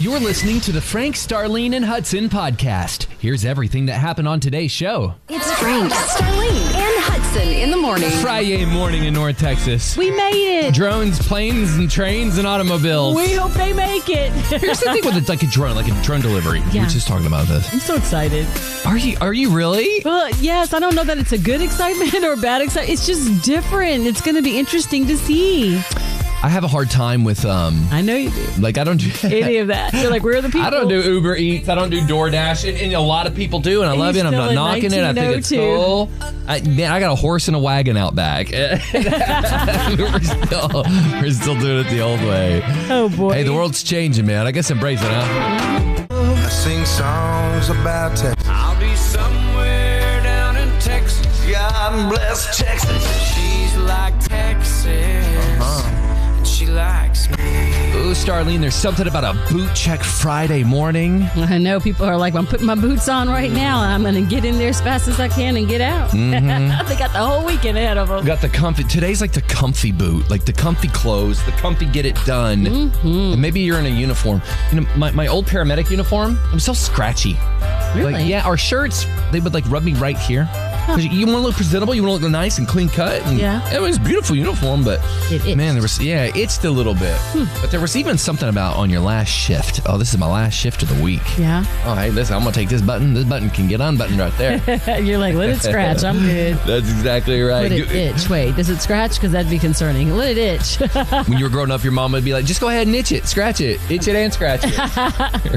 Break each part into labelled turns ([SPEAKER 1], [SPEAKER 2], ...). [SPEAKER 1] You're listening to the Frank, Starlene, and Hudson podcast. Here's everything that happened on today's show.
[SPEAKER 2] It's Frank, Starlene, and Hudson in the morning.
[SPEAKER 1] Friday morning in North Texas.
[SPEAKER 3] We made it.
[SPEAKER 1] Drones, planes, and trains and automobiles.
[SPEAKER 3] We hope they make it.
[SPEAKER 1] Here's the thing with it's like a drone, like a drone delivery. We
[SPEAKER 3] Yeah.
[SPEAKER 1] were just talking about this.
[SPEAKER 3] I'm so excited.
[SPEAKER 1] Are you? Are you really?
[SPEAKER 3] Well, yes, I don't know that it's a good excitement or bad excitement. It's just different. It's going to be interesting to see.
[SPEAKER 1] I have a hard time with um,
[SPEAKER 3] I know you do.
[SPEAKER 1] like I don't do.
[SPEAKER 3] Any of that. You're like, we're the people.
[SPEAKER 1] I don't do Uber Eats. I don't do DoorDash, and, and a lot of people do, and I
[SPEAKER 3] And
[SPEAKER 1] love it.
[SPEAKER 3] you're
[SPEAKER 1] I'm
[SPEAKER 3] still
[SPEAKER 1] not
[SPEAKER 3] in
[SPEAKER 1] knocking it. I think it's
[SPEAKER 3] 1902.
[SPEAKER 1] cool. I, man, I got a horse and a wagon out back. we're, still, we're still doing it the old way.
[SPEAKER 3] Oh, boy.
[SPEAKER 1] Hey, the world's changing, man. I guess embrace it, huh?
[SPEAKER 4] I sing songs about Texas.
[SPEAKER 5] I'll be somewhere down in Texas.
[SPEAKER 4] God bless Texas.
[SPEAKER 5] She's like Texas. And she likes me.
[SPEAKER 1] Ooh, Starlene, there's something about a boot check Friday morning.
[SPEAKER 3] I know people are like, I'm putting my boots on right now. I'm going to get in there as fast as I can and get out. they got the whole weekend ahead of them.
[SPEAKER 1] Got the comfy. Today's like the comfy boot, like the comfy clothes, the comfy get it done.
[SPEAKER 3] Mm-hmm.
[SPEAKER 1] And maybe you're in a uniform. You know, my, my old paramedic uniform, I'm so scratchy.
[SPEAKER 3] Really?
[SPEAKER 1] Like, yeah, our shirts, they would like rub me right here. 'Cause you want to look presentable, you want to look nice and clean cut. And
[SPEAKER 3] Yeah.
[SPEAKER 1] It was a beautiful uniform, but
[SPEAKER 3] It Hmm. itched.
[SPEAKER 1] man, there was, yeah, it itched a little bit. But there was even something about on your last shift. Oh, this is my last shift of the week.
[SPEAKER 3] Yeah.
[SPEAKER 1] Oh, hey, listen, I'm going to take this button. This button can get unbuttoned right there.
[SPEAKER 3] You're like, let it scratch. I'm good.
[SPEAKER 1] That's exactly right.
[SPEAKER 3] Let it
[SPEAKER 1] You-
[SPEAKER 3] itch. Wait, does it scratch? Because that'd be concerning. Let it itch.
[SPEAKER 1] when you were growing up, your mom would be like, just go ahead and itch it, scratch it, itch it and scratch it.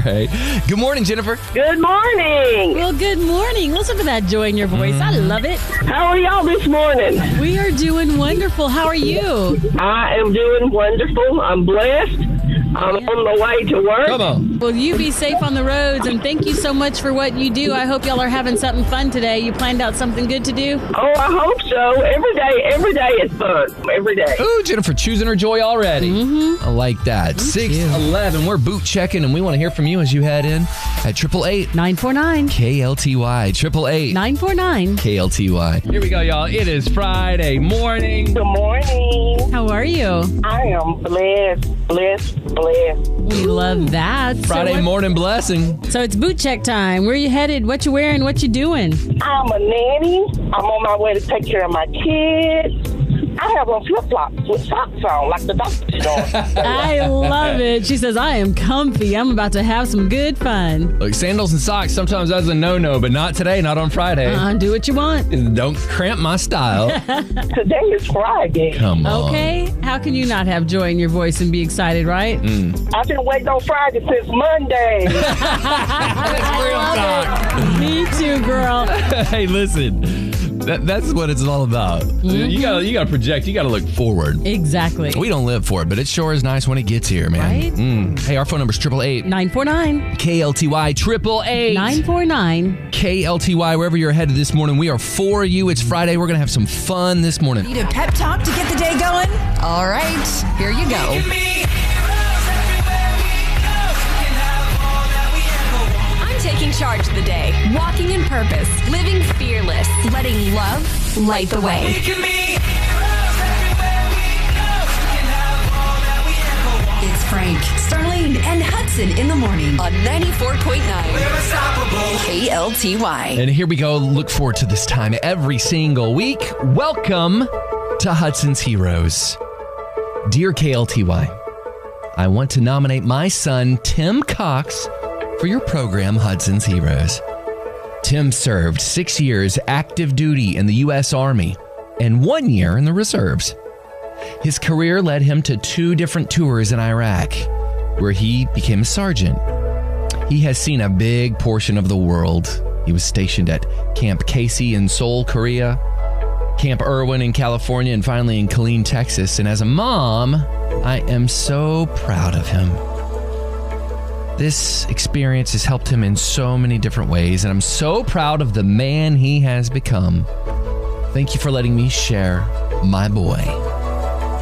[SPEAKER 1] right. Good morning, Jennifer.
[SPEAKER 6] Good morning.
[SPEAKER 3] well, good morning. Listen to that joy in your voice. I love it.
[SPEAKER 6] How are y'all this morning?
[SPEAKER 3] We are doing wonderful. How are you?
[SPEAKER 6] I am doing wonderful. I'm blessed. I'm on the way to work.
[SPEAKER 1] Come on.
[SPEAKER 3] Well, you be safe on the roads and thank you so much for what you do. I hope y'all are having something fun today. You planned out something good to do?
[SPEAKER 6] Oh, I hope so. Every day, every day is fun. Every day.
[SPEAKER 1] Ooh, Jennifer choosing her joy already.
[SPEAKER 3] Mm-hmm.
[SPEAKER 1] I like that. Six eleven. We're boot checking, and we want to hear from you as you head in at triple eight
[SPEAKER 3] 949.
[SPEAKER 1] KLTY triple eight
[SPEAKER 3] 949.
[SPEAKER 1] KLTY. Here we go, y'all. It is Friday morning.
[SPEAKER 6] Good morning.
[SPEAKER 3] How are you?
[SPEAKER 6] I am blessed, blessed, blessed.
[SPEAKER 3] We love that. so
[SPEAKER 1] Friday
[SPEAKER 3] what-
[SPEAKER 1] morning blessing.
[SPEAKER 3] So it's boot check time. Where you headed? What you wearing? What you doing?
[SPEAKER 6] I'm a nanny. I'm on my way to take care of my kids. I have on flip flops with socks on, like the doctor's on.
[SPEAKER 3] I love it. She says, I am comfy. I'm about to have some good fun.
[SPEAKER 1] Look, sandals and socks sometimes that's a no-no, but not today, not on Friday.
[SPEAKER 3] Uh, do what you want.
[SPEAKER 1] Don't cramp my style.
[SPEAKER 6] Today is Friday.
[SPEAKER 1] Come on.
[SPEAKER 3] Okay? How can you not have joy in your voice and be excited, right?
[SPEAKER 6] I've been waiting on Friday since Monday.
[SPEAKER 1] That's real talk.
[SPEAKER 3] Me too, girl.
[SPEAKER 1] hey, listen. That, that's what it's all about. You gotta you gotta project. You gotta look forward.
[SPEAKER 3] Exactly.
[SPEAKER 1] We don't live for it, but it sure is nice when it gets here, man.
[SPEAKER 3] Right?
[SPEAKER 1] Mm. Hey, our phone number's triple eight
[SPEAKER 3] 949
[SPEAKER 1] KLTY triple eight
[SPEAKER 3] 949.
[SPEAKER 1] KLTY. Wherever you're headed this morning, we are for you. It's Friday. We're gonna have some fun this morning.
[SPEAKER 2] Need a pep talk to get the day going? All right, here you go. I'm taking charge of the day, walking in purpose, living fearless, letting love light the way. It's Frank, Starlene, and Hudson in the morning on 94.9 KLTY.
[SPEAKER 1] And here we go. Look forward to this time every single week. Welcome to Hudson's Heroes. Dear KLTY, I want to nominate my son, Tim Cox, for your program, Hudson's Heroes. Tim served six years active duty in the U.S. Army and one year in the reserves. His career led him to two different tours in Iraq, where he became a sergeant. He has seen a big portion of the world. He was stationed at Camp Casey in Seoul, Korea, Camp Irwin in California, and finally in Killeen, Texas. And as a mom, I am so proud of him. This experience has helped him in so many different ways, and I'm so proud of the man he has become. Thank you for letting me share my boy.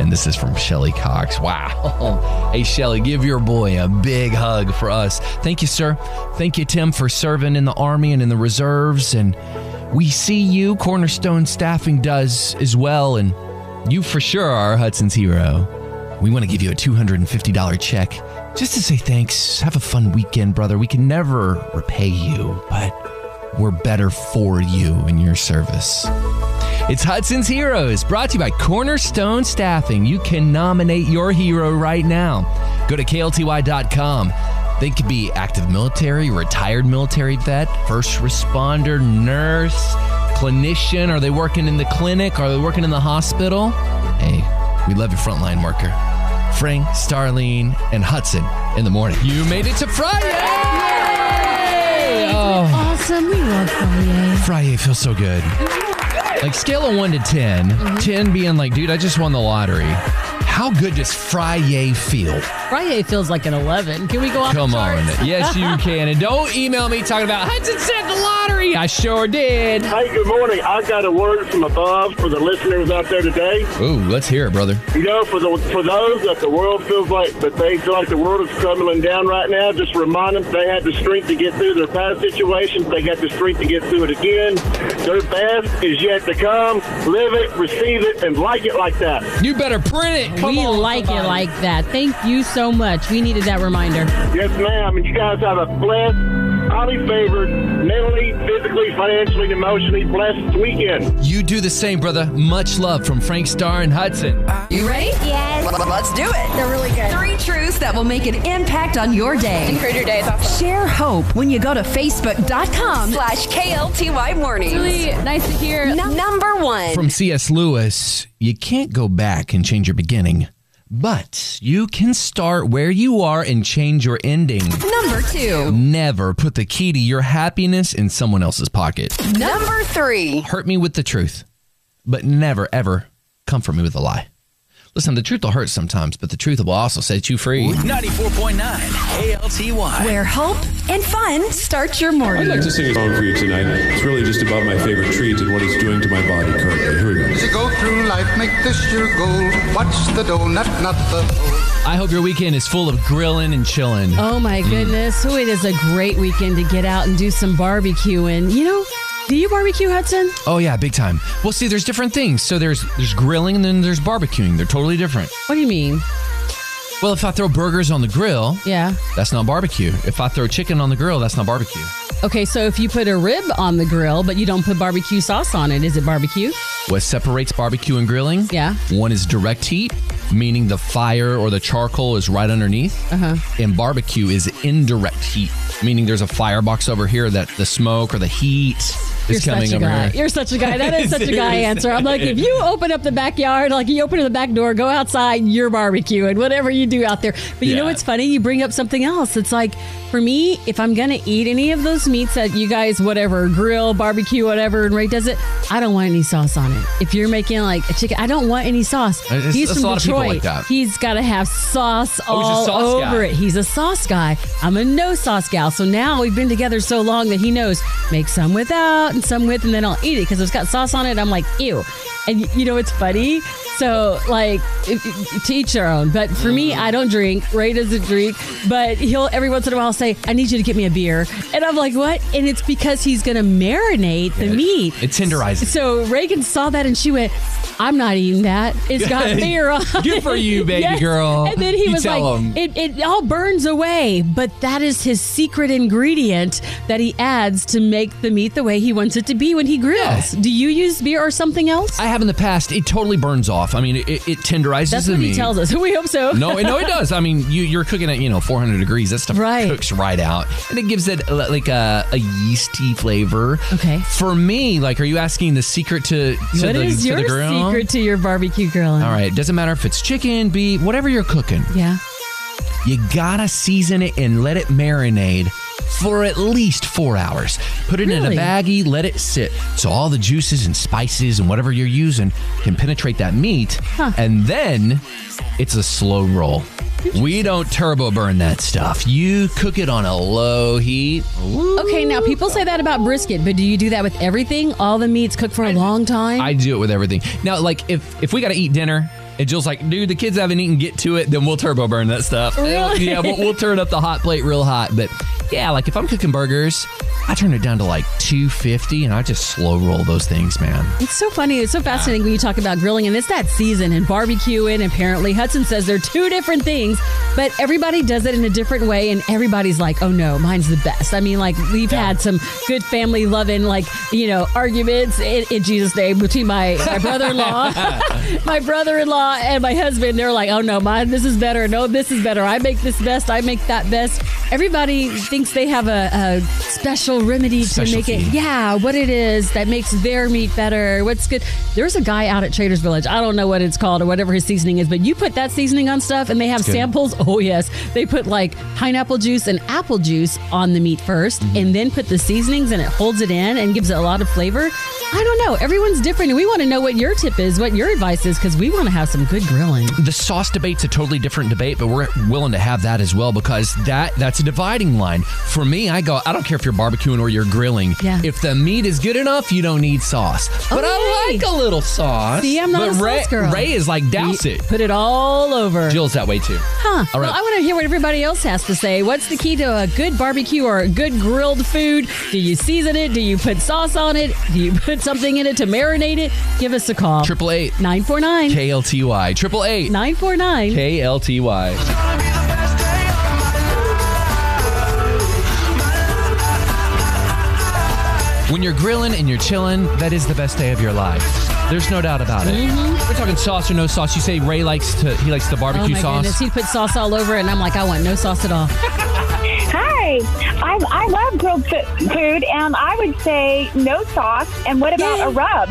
[SPEAKER 1] And this is from Shelly Cox. Wow. Hey, Shelly, give your boy a big hug for us. Thank you, sir. Thank you, Tim, for serving in the Army and in the reserves. And we see you, Cornerstone Staffing does as well. And you for sure are Hudson's hero. We want to give you a $250 check just to say thanks. Have a fun weekend, brother. We can never repay you, but we're better for you in your service. It's Hudson's Heroes, brought to you by Cornerstone Staffing. You can nominate your hero right now. Go to klty.com. They could be active military, retired military vet, first responder, nurse, clinician. Are they working in the clinic? Are they working in the hospital? Hey, we love your frontline worker. Frank, Starlene, and Hudson in the morning. You made it to Friday! Oh.
[SPEAKER 3] Awesome. We love Friday.
[SPEAKER 1] Friday feels so good. Like scale of one to 10,
[SPEAKER 3] Mm-hmm.
[SPEAKER 1] 10 being like, dude, I just won the lottery. How good does Friday feel?
[SPEAKER 3] Friday feels like an 11. Can we go off
[SPEAKER 1] Come
[SPEAKER 3] the
[SPEAKER 1] on.
[SPEAKER 3] charts?
[SPEAKER 1] Yes, you can. And don't email me talking about Hudson said the lottery. I sure did.
[SPEAKER 7] Hey, good morning. I got a word from above for the listeners out there today.
[SPEAKER 1] Ooh, let's hear it, brother.
[SPEAKER 7] You know, for the for those that the world feels like that they feel like the world is crumbling down right now, just remind them they had the strength to get through their past situations. They got the strength to get through it again. Their best is yet to come. Live it, receive it, and like it like that.
[SPEAKER 1] You better print it. Come
[SPEAKER 3] we
[SPEAKER 1] on,
[SPEAKER 3] like it
[SPEAKER 1] somebody.
[SPEAKER 3] like that. Thank you so much. We needed that reminder.
[SPEAKER 7] Yes, ma'am. And you guys have a blessed, highly favored, mentally, physically, financially, and emotionally blessed weekend.
[SPEAKER 1] You do the same, brother. Much love from Frank Starr and Hudson.
[SPEAKER 2] You ready? Yes. Let's do it. They're really good. Three truths that will make an impact on your day.
[SPEAKER 8] Improve your days off.
[SPEAKER 2] Share hope when you go to facebook.com slash KLTY mornings.
[SPEAKER 3] Really nice to hear.
[SPEAKER 2] Number one.
[SPEAKER 1] From C.S. Lewis, you can't go back and change your beginning, but you can start where you are and change your ending.
[SPEAKER 2] Number two.
[SPEAKER 1] Never put the key to your happiness in someone else's pocket.
[SPEAKER 2] Number three.
[SPEAKER 1] Hurt me with the truth, but never, ever comfort me with a lie. Listen, the truth will hurt sometimes, but the truth will also set you free.
[SPEAKER 5] 94.9 KLTY.
[SPEAKER 2] Where hope and fun start your
[SPEAKER 9] I'd like
[SPEAKER 2] morning.
[SPEAKER 9] to sing a song for you tonight. It's really just about my favorite treats and what it's doing to my body currently. Here we go.
[SPEAKER 4] As you go through life, make this your goal. Watch the donut, not the hole.
[SPEAKER 1] I hope your weekend is full of grilling and chilling.
[SPEAKER 3] Oh my goodness. Oh, it is a great weekend to get out and do some barbecuing. You know, do you barbecue, Hudson?
[SPEAKER 1] Oh yeah, big time. Well, see, there's different things. So there's there's grilling and then there's barbecuing. They're totally different.
[SPEAKER 3] What do you mean?
[SPEAKER 1] Well, if I throw burgers on the grill,
[SPEAKER 3] Yeah.
[SPEAKER 1] that's not barbecue. If I throw chicken on the grill, that's not barbecue.
[SPEAKER 3] Okay, so if you put a rib on the grill, but you don't put barbecue sauce on it, is it barbecue?
[SPEAKER 1] What separates barbecue and grilling?
[SPEAKER 3] Yeah.
[SPEAKER 1] One is direct heat, meaning the fire or the charcoal is right underneath. Uh-huh. And barbecue is indirect heat, meaning there's a firebox over here that the smoke or the heat is coming
[SPEAKER 3] such a
[SPEAKER 1] over
[SPEAKER 3] guy.
[SPEAKER 1] here.
[SPEAKER 3] You're such a guy. That is such a guy answer. I'm like, if you open up the backyard, like you open up the back door, go outside, you're barbecuing, whatever you do out there. But you know
[SPEAKER 1] Yeah.
[SPEAKER 3] what's funny? You bring up something else. It's like, for me, if I'm going to eat any of those meats that you guys, whatever, grill, barbecue, whatever, and Ray does it, I don't want any sauce on it. If you're making like a chicken, I don't want any sauce.
[SPEAKER 1] It's-
[SPEAKER 3] He's
[SPEAKER 1] it's a
[SPEAKER 3] from
[SPEAKER 1] lot of people
[SPEAKER 3] Detroit.
[SPEAKER 1] like that.
[SPEAKER 3] He's got to have sauce
[SPEAKER 1] Oh, he's a
[SPEAKER 3] all
[SPEAKER 1] sauce guy.
[SPEAKER 3] over it. He's a sauce guy. I'm a no sauce gal. So now we've been together so long that he knows make some without and some with, and then I'll eat it because it's got sauce on it. I'm like, ew. And y- you know, it's funny. So, like, if- if- to each their own. But for me, I don't drink. Ray doesn't drink. But he'll every once in a while say, I need you to get me a beer. And I'm like, what? And it's because he's going to marinate the meat.
[SPEAKER 1] It tenderizes.
[SPEAKER 3] So Reagan saw that and she went, I'm not eating that. It's got beer on it."
[SPEAKER 1] Good for you, baby
[SPEAKER 3] Yes.
[SPEAKER 1] girl.
[SPEAKER 3] And then he
[SPEAKER 1] You
[SPEAKER 3] was
[SPEAKER 1] tell
[SPEAKER 3] like,
[SPEAKER 1] 'em.
[SPEAKER 3] it, it all burns away, but that is his secret ingredient that he adds to make the meat the way he wants it to be when he grills. Do you use beer or something else?
[SPEAKER 1] I have in the past. It totally burns off. I mean, it, it tenderizes
[SPEAKER 3] That's
[SPEAKER 1] the
[SPEAKER 3] what
[SPEAKER 1] meat.
[SPEAKER 3] he tells us. We hope so.
[SPEAKER 1] No, no, it does. I mean, you, you're cooking at you know 400 degrees. That stuff
[SPEAKER 3] Right.
[SPEAKER 1] cooks right out, and it gives it li- like uh, a, a yeasty flavor.
[SPEAKER 3] Okay.
[SPEAKER 1] For me, like, are you asking the secret to, to
[SPEAKER 3] What
[SPEAKER 1] the
[SPEAKER 3] is
[SPEAKER 1] to
[SPEAKER 3] your
[SPEAKER 1] the grill?
[SPEAKER 3] secret to your barbecue grilling?
[SPEAKER 1] All right. Doesn't matter if it's chicken, beef, whatever you're cooking.
[SPEAKER 3] Yeah.
[SPEAKER 1] You gotta season it and let it marinate for at least four hours. Put it in a
[SPEAKER 3] Really?
[SPEAKER 1] baggie, let it sit so all the juices and spices and whatever you're using can penetrate that meat. And then it's a slow roll. We don't turbo burn that stuff. You cook it on a low heat.
[SPEAKER 3] Okay, now people say that about brisket, but do you do that with everything? All the meats cooked for a long time?
[SPEAKER 1] I do it with everything. Now, like if if we gotta eat dinner. And Jill's like, dude, the kids haven't eaten. Get to it. Then we'll turbo burn that stuff.
[SPEAKER 3] Really?
[SPEAKER 1] Yeah, we'll, we'll turn up the hot plate real hot. But yeah, like if I'm cooking burgers, I turn it down to like 250 and I just slow roll those things, man.
[SPEAKER 3] It's so funny. It's so fascinating when you talk about grilling, and it's that season and barbecuing. Apparently, Hudson says they're two different things, but everybody does it in a different way, and everybody's like, "Oh no, mine's the best." I mean, like we've had some good family loving, like you know, arguments in, in Jesus' name between my my brother-in-law, my brother-in-law, and my husband. They're like, "Oh no, mine this is better. No, this is better. I make this best. I make that best." Everybody thinks they have a, a special remedy to make
[SPEAKER 1] Specialty.
[SPEAKER 3] it. Yeah, what it is that makes their meat better. What's good? There's a guy out at Trader's Village. I don't know what it's called or whatever his seasoning is, but you put that seasoning on stuff and they have
[SPEAKER 1] good.
[SPEAKER 3] samples. Oh, yes. They put like pineapple juice and apple juice on the meat 1st
[SPEAKER 1] Mm-hmm.
[SPEAKER 3] and then put the seasonings and it holds it in and gives it a lot of flavor. I don't know. Everyone's different. And we want to know what your tip is, what your advice is, because we want to have some good grilling.
[SPEAKER 1] the sauce debate's a totally different debate, but we're willing to have that as well because that that's a dividing line. For me, I go, I don't care if you're barbecuing or you're grilling.
[SPEAKER 3] Yeah.
[SPEAKER 1] If the meat is good enough, you don't need sauce. But I
[SPEAKER 3] yay.
[SPEAKER 1] like a little sauce.
[SPEAKER 3] See, I'm not
[SPEAKER 1] but
[SPEAKER 3] a sauce
[SPEAKER 1] Ray,
[SPEAKER 3] girl.
[SPEAKER 1] Ray is like douse it.
[SPEAKER 3] Put it all over.
[SPEAKER 1] Jill's that way too.
[SPEAKER 3] Huh.
[SPEAKER 1] All right.
[SPEAKER 3] Well, I want to hear what everybody else has to say. What's the key to a good barbecue or a good grilled food? Do you season it? Do you put sauce on it? Do you put something in it to marinate it? Give us a call.
[SPEAKER 1] Triple eight
[SPEAKER 3] 949
[SPEAKER 1] KLTY. Triple eight
[SPEAKER 3] 949.
[SPEAKER 1] KLTY. When you're grilling and you're chilling, that is the best day of your life. There's no doubt about it. We're talking sauce or no sauce. You say Ray likes to he likes the
[SPEAKER 3] Mm-hmm. Oh
[SPEAKER 1] barbecue
[SPEAKER 3] my
[SPEAKER 1] sauce.
[SPEAKER 3] goodness, he put sauce all over it, and I'm like, I want no sauce at all.
[SPEAKER 8] Hi, I, I love grilled fu- food, and I would say no sauce. And what about
[SPEAKER 3] Yay.
[SPEAKER 8] a rub?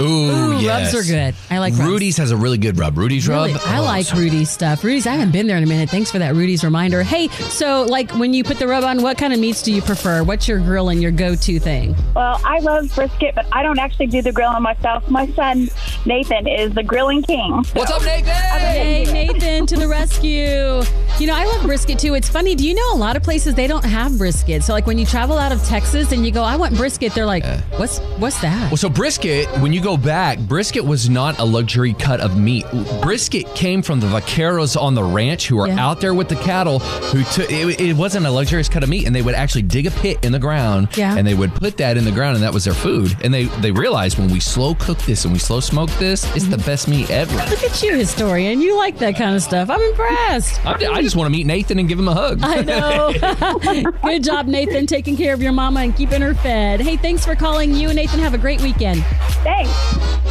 [SPEAKER 1] Ooh,
[SPEAKER 3] Ooh,
[SPEAKER 1] yes.
[SPEAKER 3] rubs are good. I like rubs.
[SPEAKER 1] Rudy's has a really good rub. Rudy's
[SPEAKER 3] Really,
[SPEAKER 1] rub.
[SPEAKER 3] I
[SPEAKER 1] oh,
[SPEAKER 3] like Rudy's stuff. Rudy's, I haven't been there in a minute. Thanks for that Rudy's reminder. Hey, so like when you put the rub on, what kind of meats do you prefer? What's your grilling, your go-to thing?
[SPEAKER 8] Well, I love brisket, but I don't actually do the grilling myself. My son Nathan is the grilling king.
[SPEAKER 1] What's up, Nathan?
[SPEAKER 3] Hey, Nathan to the rescue. You know, I love brisket too. It's funny. Do you know a lot of places they don't have brisket? So like when you travel out of Texas and you go, I want brisket, they're like, what's what's that?
[SPEAKER 1] Well, so brisket, when you go back, brisket was not a luxury cut of meat. Brisket came from the vaqueros on the ranch who were
[SPEAKER 3] Yeah.
[SPEAKER 1] out there with the cattle who took it, it wasn't a luxurious cut of meat and they would actually dig a pit in the ground
[SPEAKER 3] Yeah.
[SPEAKER 1] and they would put that in the ground and that was their food. And they they realized when we slow cook this and we slow smoke this, it's
[SPEAKER 3] Mm-hmm.
[SPEAKER 1] the best meat ever.
[SPEAKER 3] Look at you, historian. You like that kind of stuff. I'm impressed.
[SPEAKER 1] I, I just want to meet Nathan and give him a hug.
[SPEAKER 3] I know. Good job, Nathan, taking care of your mama and keeping her fed. Hey, thanks for calling you, Nathan. Have a great weekend.
[SPEAKER 8] Thanks.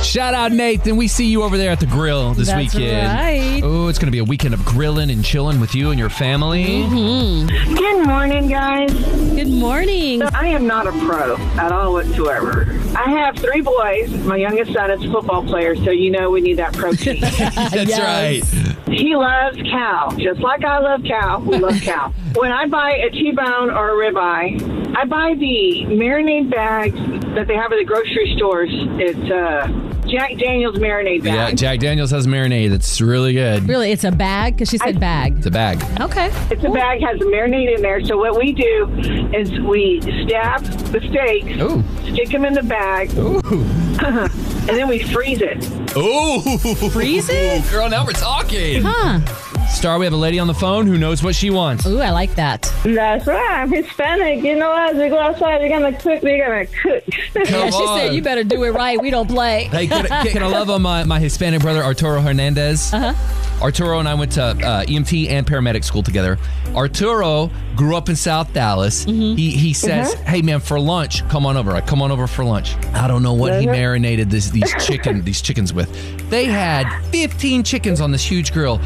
[SPEAKER 1] Shout out Nathan. We see you over there at the grill this
[SPEAKER 3] That's
[SPEAKER 1] weekend.
[SPEAKER 3] right.
[SPEAKER 1] Oh, it's going to be a weekend of grilling and chilling with you and your family.
[SPEAKER 3] Mm-hmm.
[SPEAKER 10] Good morning, guys.
[SPEAKER 3] Good morning.
[SPEAKER 10] I am not a pro at all whatsoever. I have three boys. My youngest son is a football player, so you know we need that protein.
[SPEAKER 1] That's
[SPEAKER 3] Yes.
[SPEAKER 1] right.
[SPEAKER 10] he loves cow, just like I love cow. We love cow. When I buy a T-bone or a ribeye, I buy the marinade bags that they have at the grocery stores. It's uh, Jack Daniel's marinade
[SPEAKER 1] Yeah,
[SPEAKER 10] bag.
[SPEAKER 1] Jack Daniels has marinade that's really good.
[SPEAKER 3] Really, it's a bag because she said bag.
[SPEAKER 1] It's a bag.
[SPEAKER 3] Okay.
[SPEAKER 10] It's a bag has marinade in there. So what we do is we stab the steaks,
[SPEAKER 1] Ooh.
[SPEAKER 10] stick them in the bag,
[SPEAKER 1] Ooh.
[SPEAKER 10] and then we freeze it.
[SPEAKER 1] Ooh.
[SPEAKER 3] Freeze it?
[SPEAKER 1] Girl, now we're talking.
[SPEAKER 3] Huh.
[SPEAKER 1] Star, we have a lady on the phone who knows what she wants.
[SPEAKER 3] Ooh, I like that.
[SPEAKER 11] That's right. I'm Hispanic. You know, as we go outside, we're gonna cook. We're gonna cook.
[SPEAKER 1] Come
[SPEAKER 3] yeah, she
[SPEAKER 1] on.
[SPEAKER 3] said, you better do it right. We don't play.
[SPEAKER 1] Hey, can, I- can I love on my, my Hispanic brother Arturo Hernandez? Uh huh. Arturo and I went to uh, EMT and paramedic school together. Arturo grew up in South Dallas. He he says, "Hey man, for lunch, come on over. I come on over for lunch. I don't know what he marinated this, these chicken these chickens with. They had 15 chickens on this huge grill.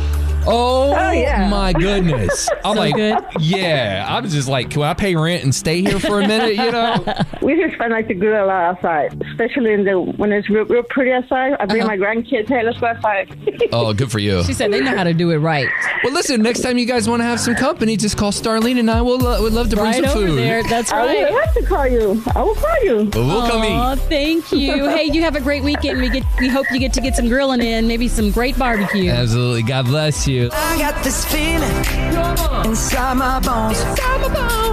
[SPEAKER 1] Oh,
[SPEAKER 11] yeah.
[SPEAKER 1] my goodness! I'm like,
[SPEAKER 3] good.
[SPEAKER 1] yeah. I'm just like, can I pay rent and stay here for a minute? You know.
[SPEAKER 11] we Hispanic like to grill a lot outside, especially in the when it's real, real pretty outside. I bring my grandkids. Hey, let's go outside.
[SPEAKER 1] Oh, good for you.
[SPEAKER 3] She said, they know how to do it right.
[SPEAKER 1] Well, listen, next time you guys want to have some company, just call Starlene and I will lo- would love to bring
[SPEAKER 3] Right
[SPEAKER 1] some
[SPEAKER 3] over
[SPEAKER 1] food.
[SPEAKER 3] there. That's
[SPEAKER 11] I
[SPEAKER 3] right.
[SPEAKER 11] will have to call you. I will call you.
[SPEAKER 1] But we'll come
[SPEAKER 3] Aw,
[SPEAKER 1] eat.
[SPEAKER 3] thank you. Hey, you have a great weekend. We get we hope you get to get some grilling in, maybe some great barbecue.
[SPEAKER 1] Uh, Absolutely. God bless you.
[SPEAKER 5] I got this feeling inside my bones.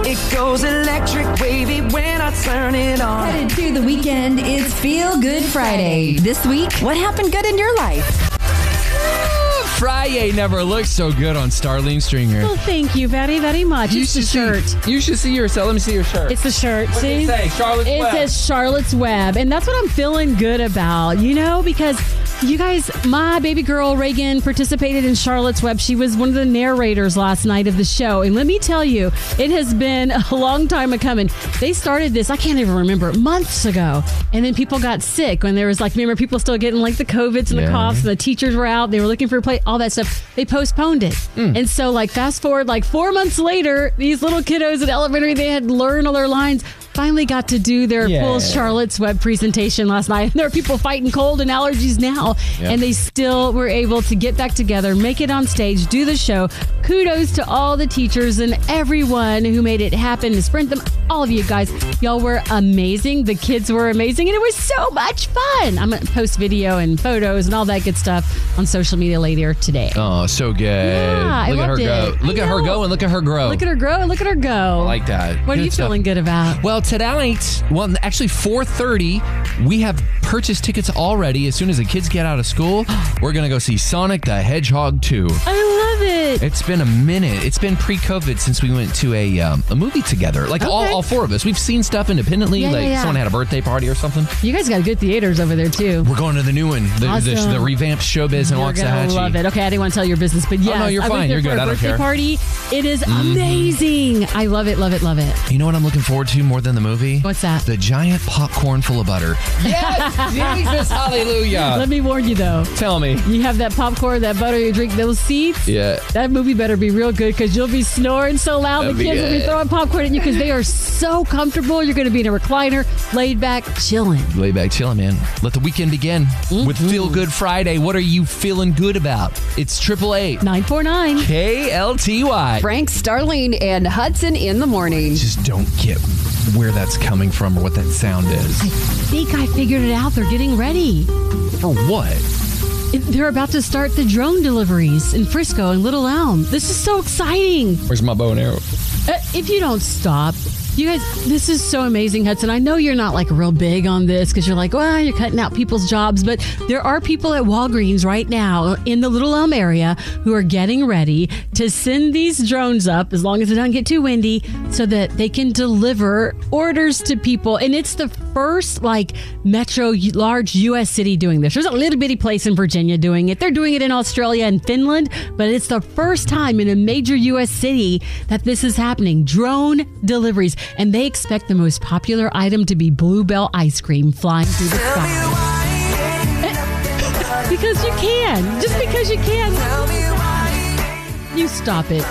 [SPEAKER 5] It goes electric wavy when I turn it on.
[SPEAKER 2] Headed to the weekend is Feel Good Friday. This week, what happened good in your life?
[SPEAKER 1] Ah, Friday never looked so good on Starlene Stringer.
[SPEAKER 3] Well, Oh, thank you very, very much. it's the shirt.
[SPEAKER 1] you should see yourself. Let me see your shirt.
[SPEAKER 3] It's the shirt.
[SPEAKER 1] What does
[SPEAKER 3] see,
[SPEAKER 1] it say? Charlotte's
[SPEAKER 3] it
[SPEAKER 1] Web.
[SPEAKER 3] says Charlotte's Web, and that's what I'm feeling good about. You know, because you guys, my baby girl Reagan participated in Charlotte's Web. She was one of the narrators last night of the show, and let me tell you, it has been a long time a coming. They started this, I can't even remember, months ago, and then people got sick when there was like, remember, people still getting like the covids and the
[SPEAKER 12] Yeah.
[SPEAKER 3] coughs and the teachers were out. They were looking for a play, all that stuff. They postponed it. And so, like, fast forward, like four months later, these little kiddos in elementary, they had learned all their lines, finally got to do their
[SPEAKER 12] Yeah.
[SPEAKER 3] full Charlotte's Web presentation last night. And there are people fighting cold and allergies now.
[SPEAKER 12] Yeah.
[SPEAKER 3] And they still were able to get back together, make it on stage, do the show. Kudos to all the teachers and everyone who made it happen to sprint them. All of you guys, y'all were amazing. The kids were amazing, and it was so much fun. I'm gonna post video and photos and all that good stuff on social media later today.
[SPEAKER 1] Oh, so good.
[SPEAKER 3] Yeah, I
[SPEAKER 1] look at her
[SPEAKER 3] loved
[SPEAKER 1] go.
[SPEAKER 3] it.
[SPEAKER 1] Look
[SPEAKER 3] I
[SPEAKER 1] at her
[SPEAKER 3] know.
[SPEAKER 1] go and look at her grow.
[SPEAKER 3] Look at her grow and look at her go.
[SPEAKER 1] I like that.
[SPEAKER 3] What are
[SPEAKER 1] Good
[SPEAKER 3] you
[SPEAKER 1] stuff.
[SPEAKER 3] feeling good about?
[SPEAKER 1] Well, tonight, well, actually, 4.30, we have purchased tickets already. As soon as the kids get out of school, we're going to go see Sonic the Hedgehog 2.
[SPEAKER 3] I love it.
[SPEAKER 1] It's been a minute. It's been pre-COVID since we went to a, um, a movie together. Like, all, all four of us. We've seen stuff independently.
[SPEAKER 3] Yeah, yeah,
[SPEAKER 1] like,
[SPEAKER 3] yeah.
[SPEAKER 1] someone had a birthday party or something.
[SPEAKER 3] You guys got good theaters over there too.
[SPEAKER 1] We're going to the new one, the,
[SPEAKER 3] Awesome.
[SPEAKER 1] the, the revamped Showbiz in
[SPEAKER 3] You're gonna
[SPEAKER 1] Waxahachie.
[SPEAKER 3] love it. Okay, I didn't want to tell your business, but yes,
[SPEAKER 1] Oh, no, you're
[SPEAKER 3] I went
[SPEAKER 1] fine.
[SPEAKER 3] there
[SPEAKER 1] You're
[SPEAKER 3] for
[SPEAKER 1] good.
[SPEAKER 3] a
[SPEAKER 1] I don't
[SPEAKER 3] birthday
[SPEAKER 1] care.
[SPEAKER 3] Party, it is
[SPEAKER 1] Mhm.
[SPEAKER 3] amazing. I love it, love it, love it.
[SPEAKER 1] You know what I'm looking forward to more than the movie?
[SPEAKER 3] What's that?
[SPEAKER 1] The giant popcorn full of butter.
[SPEAKER 3] Yes,
[SPEAKER 1] Jesus, hallelujah.
[SPEAKER 3] Let me warn you though.
[SPEAKER 1] Tell me.
[SPEAKER 3] You have that popcorn, that butter, you drink those seeds.
[SPEAKER 1] Yeah.
[SPEAKER 3] That movie better be real good because you'll be snoring so loud.
[SPEAKER 1] That'd
[SPEAKER 3] the
[SPEAKER 1] be
[SPEAKER 3] kids will be
[SPEAKER 1] good.
[SPEAKER 3] throwing popcorn at you because they are so comfortable. You're going to be in a recliner, laid back, chilling.
[SPEAKER 1] Lay back, chilling, man. Let the weekend begin with
[SPEAKER 3] Mm-hmm.
[SPEAKER 1] Feel Good Friday. What are you feeling good about? It's triple eight
[SPEAKER 3] nine four nine
[SPEAKER 1] KLTY.
[SPEAKER 13] Frank Starling and Hudson in the morning.
[SPEAKER 1] Just don't get where that's coming from or what that sound is.
[SPEAKER 3] think I figured it out. They're getting ready.
[SPEAKER 1] For what?
[SPEAKER 3] They're about to start the drone deliveries in Frisco and Little Elm. This is so exciting.
[SPEAKER 1] Where's my bow and arrow?
[SPEAKER 3] Uh, if you don't stop, you guys, this is so amazing, Hudson. I know you're not like real big on this because you're like, well, you're cutting out people's jobs, but there are people at Walgreens right now in the Little Elm area who are getting ready to send these drones up, as long as it doesn't get too windy, so that they can deliver orders to people. And it's the first like metro u- large U.S. city doing this. There's a little bitty place in Virginia doing it. They're doing it in Australia and Finland, but it's the first time in a major U.S. city that this is happening. Drone deliveries, and they expect the most popular item to be bluebell ice cream flying through the sky. because you can, just because you can. You stop it.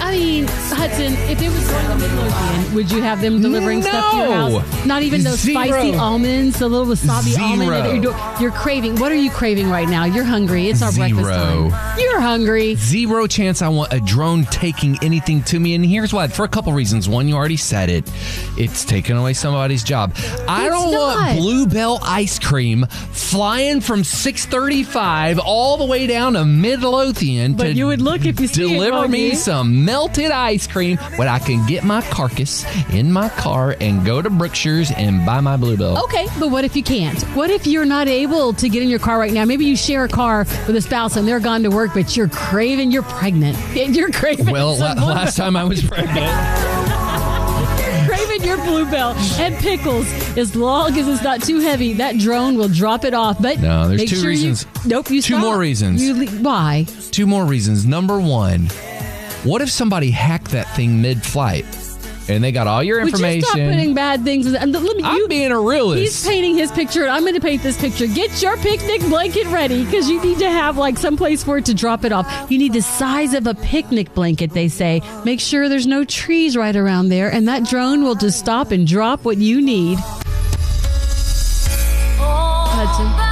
[SPEAKER 3] I mean, Hudson, if it was going to Midlothian, would you have them delivering stuff to your
[SPEAKER 12] No.
[SPEAKER 3] house? Not even those
[SPEAKER 12] Zero.
[SPEAKER 3] spicy almonds, the little wasabi almond that
[SPEAKER 1] Zero.
[SPEAKER 3] you're, doing. you're craving. What are you craving right now? You're hungry. It's our breakfast
[SPEAKER 1] Zero.
[SPEAKER 3] time. You're hungry.
[SPEAKER 1] Zero chance I want a drone taking anything to me. And here's why for a couple reasons. One, you already said it, it's taking away somebody's job. I
[SPEAKER 12] It's
[SPEAKER 1] don't
[SPEAKER 12] not.
[SPEAKER 1] want Bluebell ice cream flying from 635 all the way down to Midlothian
[SPEAKER 3] But
[SPEAKER 1] to
[SPEAKER 3] you would look if you see it,
[SPEAKER 1] deliver
[SPEAKER 3] won't
[SPEAKER 1] me
[SPEAKER 3] you?
[SPEAKER 1] some melted ice cream when I can get my carcass in my car and go to Brookshire's and buy my Bluebell.
[SPEAKER 3] Okay, but what if you can't? What if you're not able to get in your car right now? Maybe you share a car with a spouse and they're gone to work, but you're craving, you're pregnant. You're craving.
[SPEAKER 1] Well, la-
[SPEAKER 3] some-
[SPEAKER 1] last time I was pregnant.
[SPEAKER 3] Craving your bluebell and pickles. As long as it's not too heavy, that drone will drop it off. But
[SPEAKER 1] No, there's
[SPEAKER 3] make
[SPEAKER 1] two
[SPEAKER 3] sure
[SPEAKER 1] reasons.
[SPEAKER 3] You, nope, you
[SPEAKER 1] Two
[SPEAKER 3] stop.
[SPEAKER 1] more reasons.
[SPEAKER 3] You le- why?
[SPEAKER 1] Two more reasons. Number one, what if somebody hacked that thing mid flight and they got all your
[SPEAKER 3] Would you stop
[SPEAKER 1] information?
[SPEAKER 3] putting bad things? in the- And let me,
[SPEAKER 1] I'm
[SPEAKER 3] you,
[SPEAKER 1] being a realist.
[SPEAKER 3] He's painting his picture, and I'm going to paint this picture. Get your picnic blanket ready because you need to have like someplace for it to drop it off. You need the size of a picnic blanket, they say. Make sure there's no trees right around there, and that drone will just stop and drop what you need. Hudson.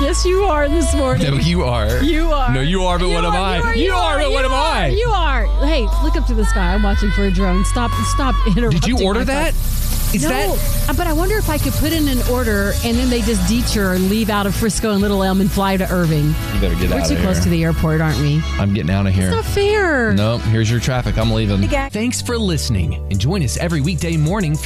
[SPEAKER 3] Yes, you are this morning.
[SPEAKER 1] No, you are.
[SPEAKER 3] You are.
[SPEAKER 1] No, you are, but what am I?
[SPEAKER 3] You are,
[SPEAKER 1] but
[SPEAKER 3] you
[SPEAKER 1] what am
[SPEAKER 3] are,
[SPEAKER 1] I?
[SPEAKER 3] You are. Hey, look up to the sky. I'm watching for a drone. Stop, stop interrupting.
[SPEAKER 1] Did you order
[SPEAKER 3] my
[SPEAKER 1] that?
[SPEAKER 3] thoughts.
[SPEAKER 1] Is
[SPEAKER 3] no, uh, but I wonder if I could put in an order and then they just detour and leave out of Frisco and Little Elm and fly to Irving.
[SPEAKER 1] You better get
[SPEAKER 3] We're
[SPEAKER 1] out
[SPEAKER 3] too
[SPEAKER 1] of here.
[SPEAKER 3] close to the airport, aren't we?
[SPEAKER 1] I'm getting out of here.
[SPEAKER 3] Not fair.
[SPEAKER 1] No, here's your traffic. I'm leaving.
[SPEAKER 3] Hey, guys.
[SPEAKER 1] Thanks for listening and join us every weekday morning for